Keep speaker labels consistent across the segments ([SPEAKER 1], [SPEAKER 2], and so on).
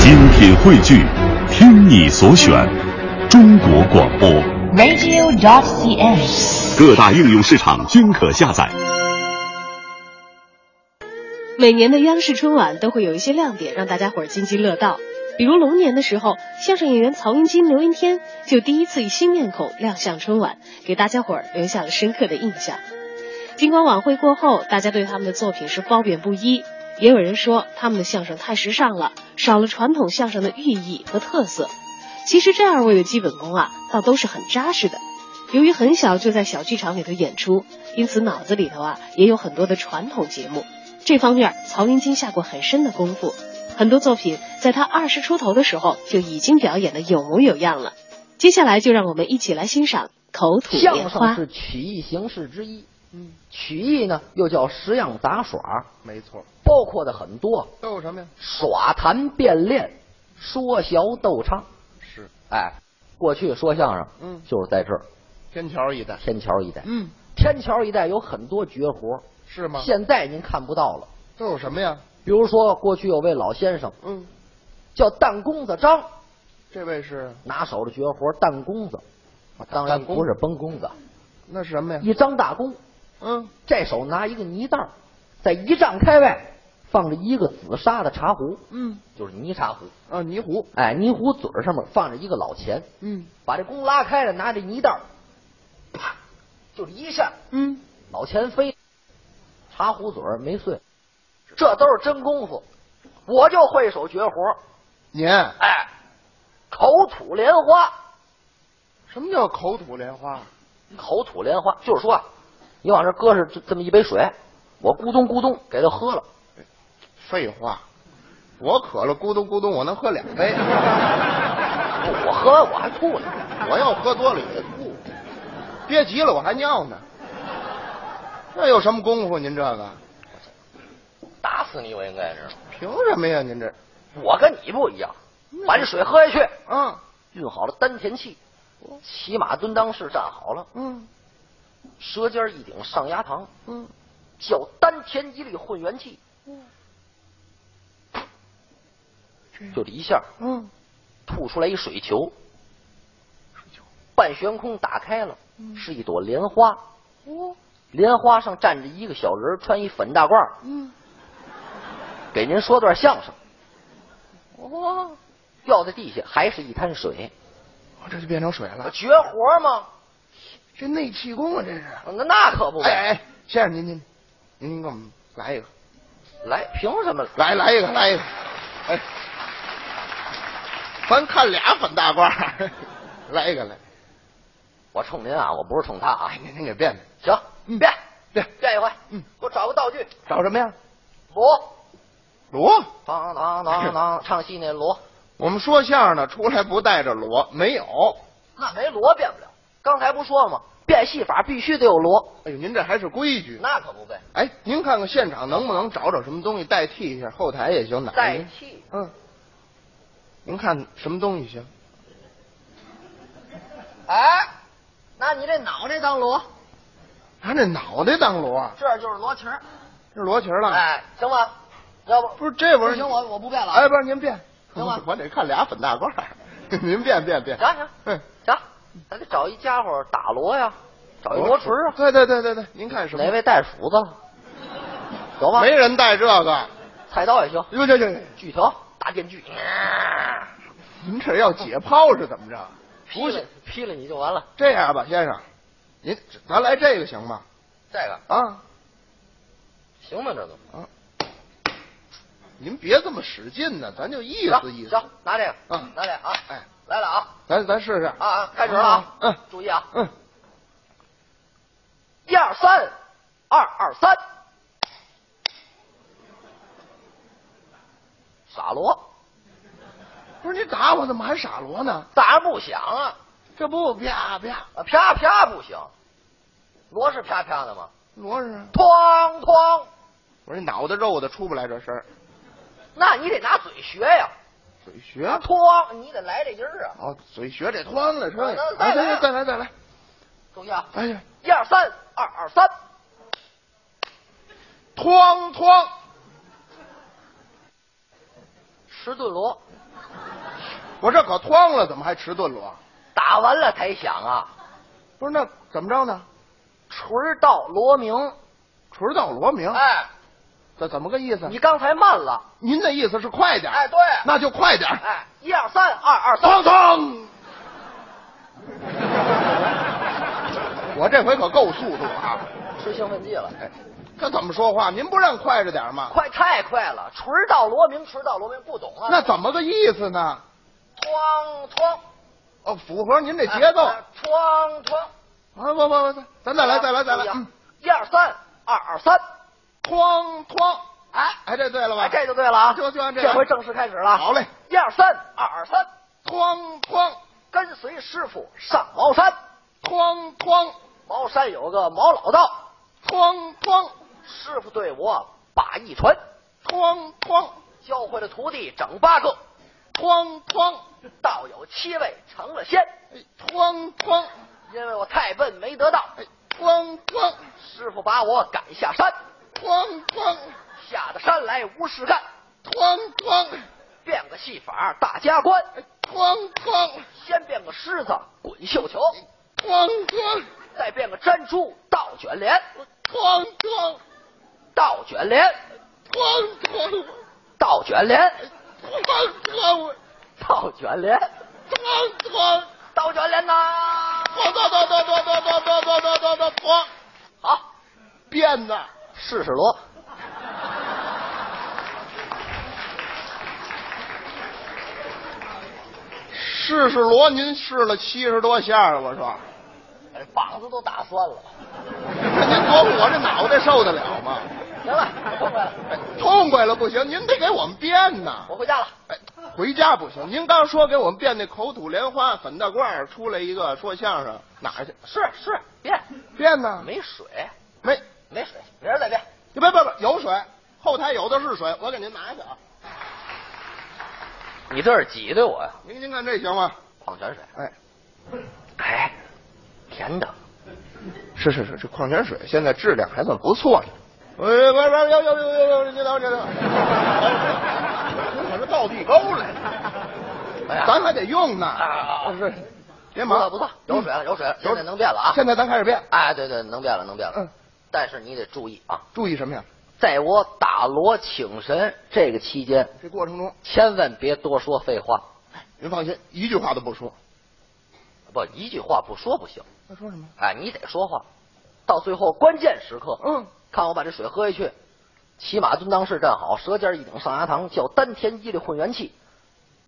[SPEAKER 1] 精品汇聚，听你所选，中国广播。
[SPEAKER 2] radio.cn。
[SPEAKER 1] 各大应用市场均可下载。
[SPEAKER 3] 每年的央视春晚都会有一些亮点让大家伙儿津津乐道，比如龙年的时候，相声演员曹云金、刘云天就第一次以新面孔亮相春晚，给大家伙儿留下了深刻的印象。尽管晚会过后，大家对他们的作品是褒贬不一，也有人说他们的相声太时尚了，少了传统相声的寓意和特色。其实这二位的基本功啊，倒都是很扎实的。由于很小就在小剧场里头演出，因此脑子里头啊也有很多的传统节目。这方面，曹云金下过很深的功夫，很多作品在他二十出头的时候就已经表演的有模有样了。接下来就让我们一起来欣赏口吐莲
[SPEAKER 4] 相声
[SPEAKER 3] 花。
[SPEAKER 4] 是曲艺形式之一。嗯，曲艺呢又叫十样杂耍，
[SPEAKER 5] 没错，
[SPEAKER 4] 包括的很多，
[SPEAKER 5] 都有什么呀？
[SPEAKER 4] 耍弹变练、说学逗唱。
[SPEAKER 5] 是
[SPEAKER 4] 哎，过去说相声，
[SPEAKER 5] 嗯
[SPEAKER 4] 就是在这儿
[SPEAKER 5] 天桥一带，
[SPEAKER 4] 天桥一带，
[SPEAKER 5] 嗯，
[SPEAKER 4] 天桥一带有很多绝活，
[SPEAKER 5] 是吗？
[SPEAKER 4] 现在您看不到了。
[SPEAKER 5] 都有什么呀？
[SPEAKER 4] 比如说，过去有位老先生
[SPEAKER 5] 嗯，
[SPEAKER 4] 叫弹弓子张，
[SPEAKER 5] 这位是
[SPEAKER 4] 拿手的绝活弹弓子，当然
[SPEAKER 5] 弹弓
[SPEAKER 4] 不是崩弓子，
[SPEAKER 5] 那是什么呀？
[SPEAKER 4] 一张大弓，
[SPEAKER 5] 嗯，
[SPEAKER 4] 这手拿一个泥袋儿，在一丈开外放着一个紫砂的茶壶，
[SPEAKER 5] 嗯，
[SPEAKER 4] 就是泥茶壶。
[SPEAKER 5] 啊，泥壶，
[SPEAKER 4] 哎，泥壶嘴儿上面放着一个老钱，
[SPEAKER 5] 嗯
[SPEAKER 4] 把这弓拉开了，拿着泥袋儿，啪，就是一下，
[SPEAKER 5] 嗯，
[SPEAKER 4] 老钱飞，茶壶嘴儿没碎，这都是真功夫，我就会一手绝活儿，
[SPEAKER 5] 您
[SPEAKER 4] 哎，口吐莲花，
[SPEAKER 5] 什么叫口吐莲花？
[SPEAKER 4] 口吐莲花，就是说啊，你往这搁上这这么一杯水，我咕咚咕咚给它喝了。
[SPEAKER 5] 废话，我渴了，咕咚咕咚，我能喝两 杯。
[SPEAKER 4] 哎我喝我还吐呢，
[SPEAKER 5] 我要喝多了也吐，憋急了我还尿呢。那有什么功夫？您这个
[SPEAKER 4] 打死你我应该是。
[SPEAKER 5] 凭什么呀？您这，
[SPEAKER 4] 我跟你不一样，把这水喝下去，
[SPEAKER 5] 啊，
[SPEAKER 4] 运好了丹田气，骑马蹲裆式站好了，
[SPEAKER 5] 嗯
[SPEAKER 4] 舌尖一顶上牙膛，
[SPEAKER 5] 嗯，
[SPEAKER 4] 叫丹田一粒混元气，就这一下，
[SPEAKER 5] 嗯，
[SPEAKER 4] 吐出来一水球，半悬空打开了，是一朵莲花，莲花上站着一个小人儿，穿一粉大褂儿，
[SPEAKER 5] 嗯
[SPEAKER 4] 给您说段相声。哇，掉在地下还是一滩水，
[SPEAKER 5] 我哦这就变成水了，
[SPEAKER 4] 绝活吗？
[SPEAKER 5] 这内气功啊，这是。
[SPEAKER 4] 那那可不呗
[SPEAKER 5] 哎哎，先生您您您您给我们来一个，
[SPEAKER 4] 来，凭什么
[SPEAKER 5] 来来一个来一个，哎，咱看俩粉大褂儿， 来一个来，
[SPEAKER 4] 我冲您啊，我不是冲他啊
[SPEAKER 5] 哎。您您给变变，
[SPEAKER 4] 行，
[SPEAKER 5] 嗯
[SPEAKER 4] 变
[SPEAKER 5] 变
[SPEAKER 4] 变一回。
[SPEAKER 5] 嗯
[SPEAKER 4] 给我找个道具，
[SPEAKER 5] 找什么呀？
[SPEAKER 4] 锣，
[SPEAKER 5] 锣。
[SPEAKER 4] 当当当当，唱戏那锣，
[SPEAKER 5] 我们说相声的出来不带着锣，没有。
[SPEAKER 4] 那没锣变不了。刚才不说了吗？变戏法必须得有锣，
[SPEAKER 5] 哎呦，您这还是规矩。
[SPEAKER 4] 那可不呗。
[SPEAKER 5] 哎，您看看现场能不能找找什么东西代替一下，后台也行，哪
[SPEAKER 4] 代替
[SPEAKER 5] 嗯，您看什么东西行？
[SPEAKER 4] 哎，那你这脑袋当锣，
[SPEAKER 5] 拿这脑袋当锣啊，
[SPEAKER 4] 这就是锣琴儿。
[SPEAKER 5] 这锣琴儿了。，
[SPEAKER 4] 哎，行吧，要不
[SPEAKER 5] 不是这玩意儿
[SPEAKER 4] 不行，我我不变了啊。
[SPEAKER 5] 哎，不是您变，
[SPEAKER 4] 行吧
[SPEAKER 5] 我得看俩粉大褂儿。 您变变变，
[SPEAKER 4] 行行
[SPEAKER 5] 嗯，
[SPEAKER 4] 行，咱得找一家伙打锣呀，找一锣锤儿啊。
[SPEAKER 5] 对对对对对，您看什么？
[SPEAKER 4] 哪位带斧子了？有吗？
[SPEAKER 5] 没人带这个。
[SPEAKER 4] 菜刀也行，
[SPEAKER 5] 哟，这这，这
[SPEAKER 4] 锯条、大电锯，啊
[SPEAKER 5] 您这要解剖是怎么着？
[SPEAKER 4] 劈了劈了你就完了。
[SPEAKER 5] 这样吧，先生，您咱来这个行吗？
[SPEAKER 4] 这个
[SPEAKER 5] 啊，
[SPEAKER 4] 行吗？这都
[SPEAKER 5] 您别这么使劲呢，咱就意思意思
[SPEAKER 4] 行。，拿这个，
[SPEAKER 5] 嗯
[SPEAKER 4] 拿这个啊，
[SPEAKER 5] 哎，
[SPEAKER 4] 来了啊
[SPEAKER 5] 咱咱试试
[SPEAKER 4] 啊啊，开始了啊，
[SPEAKER 5] 嗯
[SPEAKER 4] 注意啊，
[SPEAKER 5] 嗯，
[SPEAKER 4] 一二三，二二三，傻锣
[SPEAKER 5] 不是你打我怎么还傻锣呢？
[SPEAKER 4] 咋不响啊？
[SPEAKER 5] 这不啪啪
[SPEAKER 4] 啊啪啪不行，锣是啪啪的吗？
[SPEAKER 5] 锣是？
[SPEAKER 4] 哐哐，
[SPEAKER 5] 我这脑袋肉的出不来这声儿，
[SPEAKER 4] 那你得拿嘴学呀，
[SPEAKER 5] 嘴学
[SPEAKER 4] 哐，你得来这音儿啊，
[SPEAKER 5] 哦，嘴学这湍了声
[SPEAKER 4] 啊
[SPEAKER 5] 儿。
[SPEAKER 4] 再来
[SPEAKER 5] 哎再来再来，
[SPEAKER 4] 注意啊，
[SPEAKER 5] 哎呀，
[SPEAKER 4] 一二三，二二三，
[SPEAKER 5] 哐哐，
[SPEAKER 4] 十顿锣，
[SPEAKER 5] 我这可慌了，怎么还迟钝了啊？
[SPEAKER 4] 打完了才响啊，
[SPEAKER 5] 不是，那怎么着呢？
[SPEAKER 4] 锤到罗明。
[SPEAKER 5] 迟到罗明，
[SPEAKER 4] 哎，
[SPEAKER 5] 这怎么个意思？
[SPEAKER 4] 你刚才慢了。
[SPEAKER 5] 您的意思是快点儿？
[SPEAKER 4] 哎对
[SPEAKER 5] 那就快点儿。
[SPEAKER 4] 哎，一二三，二二三。
[SPEAKER 5] 当当！我这回可够速度啊！
[SPEAKER 4] 吃兴奋剂了，
[SPEAKER 5] 哎，这怎么说话？您不让快着点儿吗？
[SPEAKER 4] 快太快了，锤到罗明，锤到罗明，不懂啊。
[SPEAKER 5] 那怎么个意思呢？
[SPEAKER 4] 哐哐
[SPEAKER 5] 哦，符合您这节奏。
[SPEAKER 4] 哎
[SPEAKER 5] 啊，
[SPEAKER 4] 哐哐。
[SPEAKER 5] 不不不，咱再来，再来，再
[SPEAKER 4] 哎
[SPEAKER 5] 来。嗯，
[SPEAKER 4] 一二三，二二三。
[SPEAKER 5] 哐哐，
[SPEAKER 4] 哎
[SPEAKER 5] 哎，这对了吧？
[SPEAKER 4] 哎，这就对了啊，
[SPEAKER 5] 就就按这来
[SPEAKER 4] 这回正式开始了。
[SPEAKER 5] 好嘞，
[SPEAKER 4] 一二三，二二三，
[SPEAKER 5] 哐哐
[SPEAKER 4] 跟随师傅上茅山。
[SPEAKER 5] 哐哐
[SPEAKER 4] 茅山有个毛老道，
[SPEAKER 5] 哐哐
[SPEAKER 4] 师傅对我把一传，
[SPEAKER 5] 哐哐
[SPEAKER 4] 教会了徒弟整八个，
[SPEAKER 5] 哐哐，
[SPEAKER 4] 道友七位成了仙。
[SPEAKER 5] 哎，哐哐，
[SPEAKER 4] 因为我太笨没得道，
[SPEAKER 5] 哎，哐哐
[SPEAKER 4] 师傅把我赶下山，
[SPEAKER 5] 哐哐
[SPEAKER 4] 下的山来无事干，
[SPEAKER 5] 哐哐，
[SPEAKER 4] 变个戏法大家观，
[SPEAKER 5] 哎，哐哐
[SPEAKER 4] 先变个狮子滚绣球，
[SPEAKER 5] 哐哐
[SPEAKER 4] 再变个粘猪倒卷帘，
[SPEAKER 5] 哐哐
[SPEAKER 4] 倒卷帘，
[SPEAKER 5] 哐哐
[SPEAKER 4] 倒卷帘，
[SPEAKER 5] 哐哐
[SPEAKER 4] 倒卷帘，
[SPEAKER 5] 哐哐，
[SPEAKER 4] 倒卷帘呐！
[SPEAKER 5] 哐哐哐哐哐哐哐哐哐哐哐，
[SPEAKER 4] 好，
[SPEAKER 5] 变的。
[SPEAKER 4] 试试锣。
[SPEAKER 5] 试试锣，您试了七十多下了，我说，
[SPEAKER 4] 哎膀子都打酸了。
[SPEAKER 5] 那您琢磨我这脑袋受得了吗？
[SPEAKER 4] 行了，痛快了，
[SPEAKER 5] 哎，痛快了不行，您得给我们变呐。
[SPEAKER 4] 我回家了。
[SPEAKER 5] 哎，回家不行，您刚说给我们变那口吐莲花粉大褂儿出来一个说相声，哪儿去？
[SPEAKER 4] 是是，变
[SPEAKER 5] 变呢？
[SPEAKER 4] 没水，
[SPEAKER 5] 没，
[SPEAKER 4] 没水，明儿再变。
[SPEAKER 5] 别别别，有水，后台有的是水，我给您拿去啊。
[SPEAKER 4] 你这是挤兑我呀？
[SPEAKER 5] 您您看这行吗？
[SPEAKER 4] 矿泉水，
[SPEAKER 5] 哎，
[SPEAKER 4] 哎，甜的。
[SPEAKER 5] 是是是，这矿泉水现在质量还算不错呢。哎，不是不是，呦呦呦呦呦，您等您等，我哎这到地沟了，
[SPEAKER 4] 哎呀
[SPEAKER 5] 咱还得用呢。
[SPEAKER 4] 啊
[SPEAKER 5] 是，别
[SPEAKER 4] 不错
[SPEAKER 5] 忙，
[SPEAKER 4] 不错，有水了有水了，
[SPEAKER 5] 嗯
[SPEAKER 4] 现
[SPEAKER 5] 有
[SPEAKER 4] 在能变了啊！
[SPEAKER 5] 现在咱开始变，
[SPEAKER 4] 哎，对对，能变了能变了。
[SPEAKER 5] 嗯，
[SPEAKER 4] 但是你得注意啊，
[SPEAKER 5] 注意什么呀？
[SPEAKER 4] 在我打锣请神这个期间，
[SPEAKER 5] 这过程中，
[SPEAKER 4] 千万别多说废话，
[SPEAKER 5] 您放心，一句话都不说。
[SPEAKER 4] 不一句话不说不行。
[SPEAKER 5] 他说什么？
[SPEAKER 4] 哎，你得说话，到最后关键时刻，
[SPEAKER 5] 嗯，
[SPEAKER 4] 看我把这水喝下去。骑马蹲裆式站好，舌尖一顶上牙膛，叫丹田一力混元气。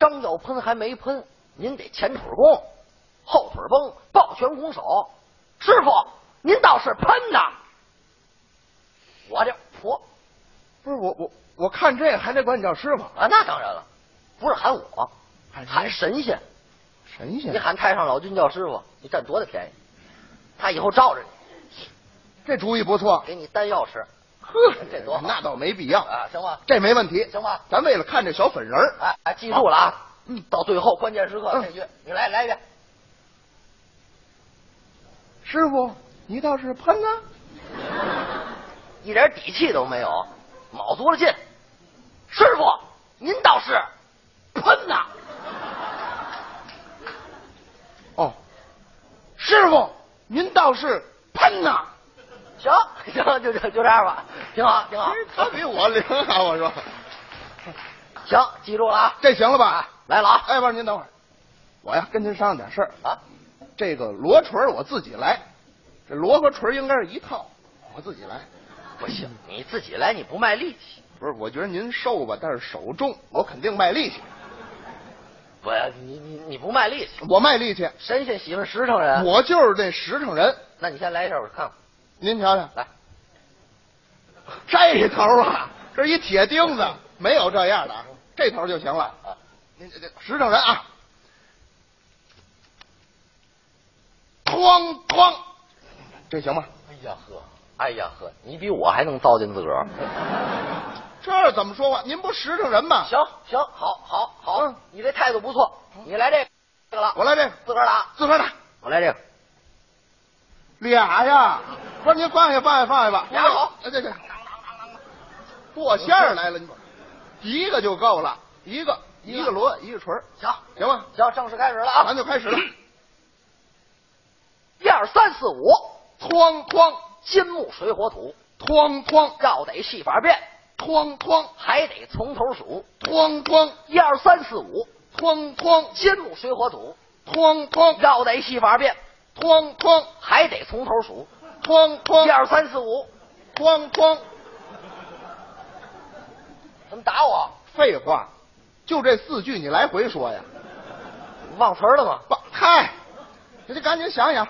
[SPEAKER 4] 张要喷还没喷，您得前腿弓，后腿绷，抱拳拱手。师傅，您倒是喷呐！我这婆
[SPEAKER 5] 不是我我我看这个还得管你叫师傅，
[SPEAKER 4] 啊，那当然了，不是喊我，
[SPEAKER 5] 喊谁嗯
[SPEAKER 4] 喊神仙。
[SPEAKER 5] 神
[SPEAKER 4] 你
[SPEAKER 5] 仙，
[SPEAKER 4] 喊太上老君叫师傅，你占多大便宜？他以后罩着你，
[SPEAKER 5] 这主意不错。
[SPEAKER 4] 给你丹药吃
[SPEAKER 5] 呵
[SPEAKER 4] 这多好
[SPEAKER 5] 那倒没必要，
[SPEAKER 4] 啊，行吗？
[SPEAKER 5] 这没问题。
[SPEAKER 4] 行吧
[SPEAKER 5] 咱为了看这小粉人儿，
[SPEAKER 4] 哎哎，记住了啊！
[SPEAKER 5] 嗯
[SPEAKER 4] 到最后关键时刻
[SPEAKER 5] 嗯
[SPEAKER 4] 这句，你来来一遍。
[SPEAKER 5] 师傅，你倒是喷啊！
[SPEAKER 4] 一点底气都没有，卯足了劲。师傅，您倒是喷呐！
[SPEAKER 5] 哦，师傅，您倒是喷呐、
[SPEAKER 4] 行 行，就就就这样吧，挺好挺好。
[SPEAKER 5] 他比我灵啊！我说，
[SPEAKER 4] 行，记住了啊！
[SPEAKER 5] 这行了吧？
[SPEAKER 4] 来了啊
[SPEAKER 5] 哎，不是，您等会儿，我呀跟您商量点事儿。
[SPEAKER 4] 啊！
[SPEAKER 5] 这个罗锤儿我自己来，这罗和锤儿应该是一套，我自己来。
[SPEAKER 4] 不行，你自己来，你不卖力气。
[SPEAKER 5] 不是，我觉得您瘦吧，但是手重，我肯定卖力气。
[SPEAKER 4] 不，你你你不卖力气。
[SPEAKER 5] 我卖力气，
[SPEAKER 4] 神仙媳妇实诚人，
[SPEAKER 5] 我就是这实诚人。
[SPEAKER 4] 那你先来一下，我看看。
[SPEAKER 5] 您瞧瞧，
[SPEAKER 4] 来，
[SPEAKER 5] 这头啊，这一铁钉子，没有这样的，啊，这头就行了。您这这实诚人啊，哐哐，这行吗？
[SPEAKER 4] 哎呀呵，哎呀呵，你比我还能糟践自个儿。
[SPEAKER 5] 这怎么说话？您不实诚人吗？
[SPEAKER 4] 行行，好好好，
[SPEAKER 5] 嗯
[SPEAKER 4] 你这态度不错，你来这个这个了，
[SPEAKER 5] 我来这个，
[SPEAKER 4] 自个儿打，
[SPEAKER 5] 自个儿打
[SPEAKER 4] 我来这个。
[SPEAKER 5] 俩呀！不是您放下放下放下吧，
[SPEAKER 4] 俩好
[SPEAKER 5] 哎对对，剁馅儿来了，你一个就够了，一个一个锣一个锤儿，
[SPEAKER 4] 行
[SPEAKER 5] 行吧？
[SPEAKER 4] 行，正式开始了啊
[SPEAKER 5] 咱！就开始了，
[SPEAKER 4] 一二三四五，
[SPEAKER 5] 哐哐
[SPEAKER 4] 金木水火土，
[SPEAKER 5] 哐哐
[SPEAKER 4] 绕得戏法变，
[SPEAKER 5] 哐哐
[SPEAKER 4] 还得从头数。
[SPEAKER 5] 哐哐
[SPEAKER 4] 一二三四五，
[SPEAKER 5] 哐哐
[SPEAKER 4] 金木水火土，
[SPEAKER 5] 哐哐
[SPEAKER 4] 绕得戏法变，
[SPEAKER 5] 哐哐
[SPEAKER 4] 还得从头数。
[SPEAKER 5] 哐哐
[SPEAKER 4] 一二三四五，
[SPEAKER 5] 哐哐。
[SPEAKER 4] 怎么打我？
[SPEAKER 5] 废话，就这四句你来回说呀。
[SPEAKER 4] 忘词儿了吗？
[SPEAKER 5] 不，嗨，你得赶紧想想，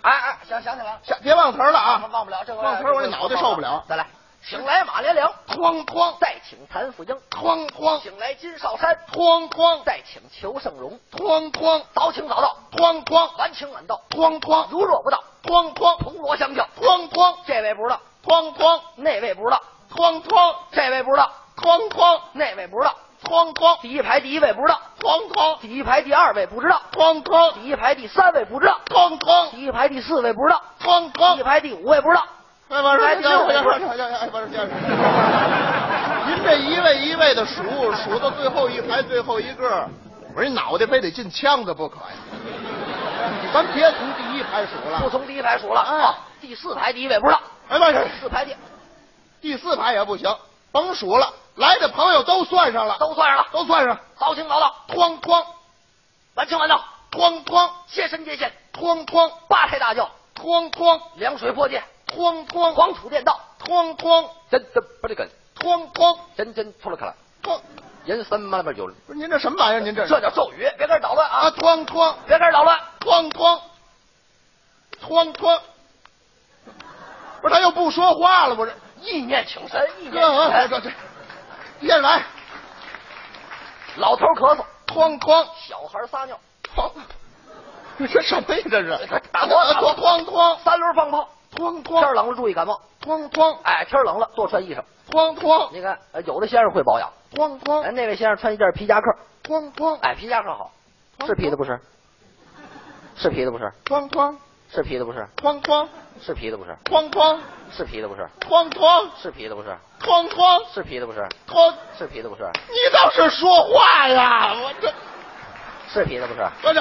[SPEAKER 4] 哎哎，想想起来了，
[SPEAKER 5] 想别忘词儿了
[SPEAKER 4] 啊，
[SPEAKER 5] 啊！
[SPEAKER 4] 忘不了这回
[SPEAKER 5] 忘词儿我这脑袋受不了。
[SPEAKER 4] 再来，请来马连良，
[SPEAKER 5] 哐哐
[SPEAKER 4] 再请谭富英，
[SPEAKER 5] 哐哐
[SPEAKER 4] 请来金少山，
[SPEAKER 5] 哐哐
[SPEAKER 4] 再请裘盛戎，
[SPEAKER 5] 哐哐
[SPEAKER 4] 早请早到，
[SPEAKER 5] 哐哐
[SPEAKER 4] 晚请晚到，
[SPEAKER 5] 哐哐
[SPEAKER 4] 如若不到，
[SPEAKER 5] 哐哐
[SPEAKER 4] 铜锣相叫。
[SPEAKER 5] 哐哐
[SPEAKER 4] 这位不知道，
[SPEAKER 5] 哐哐
[SPEAKER 4] 那位不知道，
[SPEAKER 5] 哐哐
[SPEAKER 4] 这位不知道，
[SPEAKER 5] 哐哐
[SPEAKER 4] 那位不知道，
[SPEAKER 5] 哐哐
[SPEAKER 4] 第一排第一位不知道，
[SPEAKER 5] 哐哐
[SPEAKER 4] 第一排第二位不知道，
[SPEAKER 5] 哐哐
[SPEAKER 4] 第一排第三位不知道，
[SPEAKER 5] 哐哐
[SPEAKER 4] 第一排第四位不知道，
[SPEAKER 5] 哐
[SPEAKER 4] 第一
[SPEAKER 5] 哐。
[SPEAKER 4] 排第五位不知道，
[SPEAKER 5] 哎，完事儿，哎，完事儿， 您这一位一位的数，数到最后一排最后一个，我这脑袋非得进腔子不可呀！咱别从第一排数
[SPEAKER 4] 不
[SPEAKER 5] 了，
[SPEAKER 4] 从第一排数了
[SPEAKER 5] 哎
[SPEAKER 4] 啊，第四排第一位不知道，
[SPEAKER 5] 哎，完事儿，
[SPEAKER 4] 四排第
[SPEAKER 5] 第四排也不行，甭数了，来的朋友都算上了，
[SPEAKER 4] 都算上了，
[SPEAKER 5] 都算上，
[SPEAKER 4] 早请早到，
[SPEAKER 5] 哐哐
[SPEAKER 4] 晚请晚到，
[SPEAKER 5] 哐哐
[SPEAKER 4] 接神接线，
[SPEAKER 5] 哐哐
[SPEAKER 4] 八抬大轿，
[SPEAKER 5] 哐哐
[SPEAKER 4] 凉水泼界，
[SPEAKER 5] 哐哐
[SPEAKER 4] 黄土垫道，
[SPEAKER 5] 哐哐
[SPEAKER 4] 真真不这个，
[SPEAKER 5] 哐哐
[SPEAKER 4] 真真出了看了，
[SPEAKER 5] 哐，
[SPEAKER 4] 人参嘛那边有了，
[SPEAKER 5] 不是您这什么玩意儿？您这
[SPEAKER 4] 这叫咒语，别跟人捣乱
[SPEAKER 5] 啊
[SPEAKER 4] 啊，
[SPEAKER 5] 哐哐。
[SPEAKER 4] 别跟人捣乱，
[SPEAKER 5] 哐哐，哐哐，不是他又不说话了，不是？
[SPEAKER 4] 意念请神，意念
[SPEAKER 5] 哥，
[SPEAKER 4] 请
[SPEAKER 5] 这
[SPEAKER 4] 神
[SPEAKER 5] 这，，接着来，
[SPEAKER 4] 老头咳嗽，
[SPEAKER 5] 哐哐，
[SPEAKER 4] 小孩撒尿，
[SPEAKER 5] 哐， 这什么呀？这是
[SPEAKER 4] 打光打光
[SPEAKER 5] 哐哐
[SPEAKER 4] 啊三轮放炮，
[SPEAKER 5] 哐哐
[SPEAKER 4] 天儿
[SPEAKER 5] 哐
[SPEAKER 4] 冷了注意感冒，
[SPEAKER 5] 哐哐
[SPEAKER 4] 哎，天儿冷了多穿衣裳，
[SPEAKER 5] 哐哐
[SPEAKER 4] 你看呃有的先生会保养，
[SPEAKER 5] 哐
[SPEAKER 4] 哎，
[SPEAKER 5] 哐
[SPEAKER 4] 那位先生穿一件皮夹克，
[SPEAKER 5] 哐哐
[SPEAKER 4] 哎，皮夹克好，
[SPEAKER 5] 哦
[SPEAKER 4] 是皮的不是？是皮的不是？
[SPEAKER 5] 哐哐
[SPEAKER 4] 是皮的不是？
[SPEAKER 5] 哐哐
[SPEAKER 4] 是皮的不是？
[SPEAKER 5] 哐哐
[SPEAKER 4] 是皮的不是？
[SPEAKER 5] 哐哐
[SPEAKER 4] 是皮的不是？
[SPEAKER 5] 哐哐
[SPEAKER 4] 是皮的不是？
[SPEAKER 5] 哐，
[SPEAKER 4] 是皮的不是？
[SPEAKER 5] 你倒是说话呀！我这
[SPEAKER 4] 是皮的不是？
[SPEAKER 5] 我这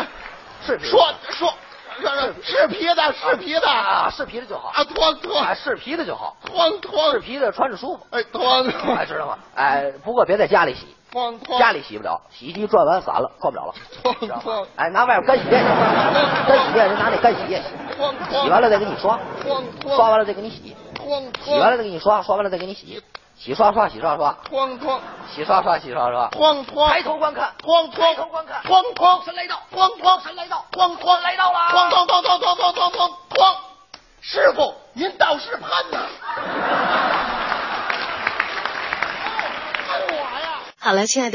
[SPEAKER 4] 是皮的
[SPEAKER 5] 说说说说是皮的，是皮的
[SPEAKER 4] 啊，是皮的就好，
[SPEAKER 5] 啊，哦哐
[SPEAKER 4] 哎，
[SPEAKER 5] 哐
[SPEAKER 4] 是皮的就好，
[SPEAKER 5] 哐
[SPEAKER 4] 是
[SPEAKER 5] 哐，
[SPEAKER 4] 皮的穿着舒服，
[SPEAKER 5] 哎，哐
[SPEAKER 4] 哎，
[SPEAKER 5] 哐
[SPEAKER 4] 知道吗？哎，不过别在家里洗，
[SPEAKER 5] 哐哐，
[SPEAKER 4] 家里洗不了，洗衣机转完散了，转不了了。
[SPEAKER 5] 哐
[SPEAKER 4] 知道
[SPEAKER 5] 哐
[SPEAKER 4] 吗哎，拿外边干洗
[SPEAKER 5] 哦
[SPEAKER 4] 店，干洗店人拿那干洗液洗，
[SPEAKER 5] 哐哐，
[SPEAKER 4] 洗完了再给你刷，
[SPEAKER 5] 哐哐，
[SPEAKER 4] 刷完了再给你
[SPEAKER 5] 哦
[SPEAKER 4] 洗，
[SPEAKER 5] 哐哐，
[SPEAKER 4] 洗完了再给你刷，刷完了再给你洗，洗刷刷洗刷刷，
[SPEAKER 5] 哐哐
[SPEAKER 4] 洗刷刷洗刷刷。
[SPEAKER 5] 哐哐，
[SPEAKER 4] 抬头观看，
[SPEAKER 5] 哐哐
[SPEAKER 4] 抬头观看，
[SPEAKER 5] 哐哐
[SPEAKER 4] 神来到，
[SPEAKER 5] 哐哐
[SPEAKER 4] 神来到，
[SPEAKER 5] 哐哐
[SPEAKER 4] 来到了，
[SPEAKER 5] 哐哐哐哐哐哐哐哐，师傅您倒是潘呐！哎呦哎呦我呀！
[SPEAKER 3] 好了，亲爱的。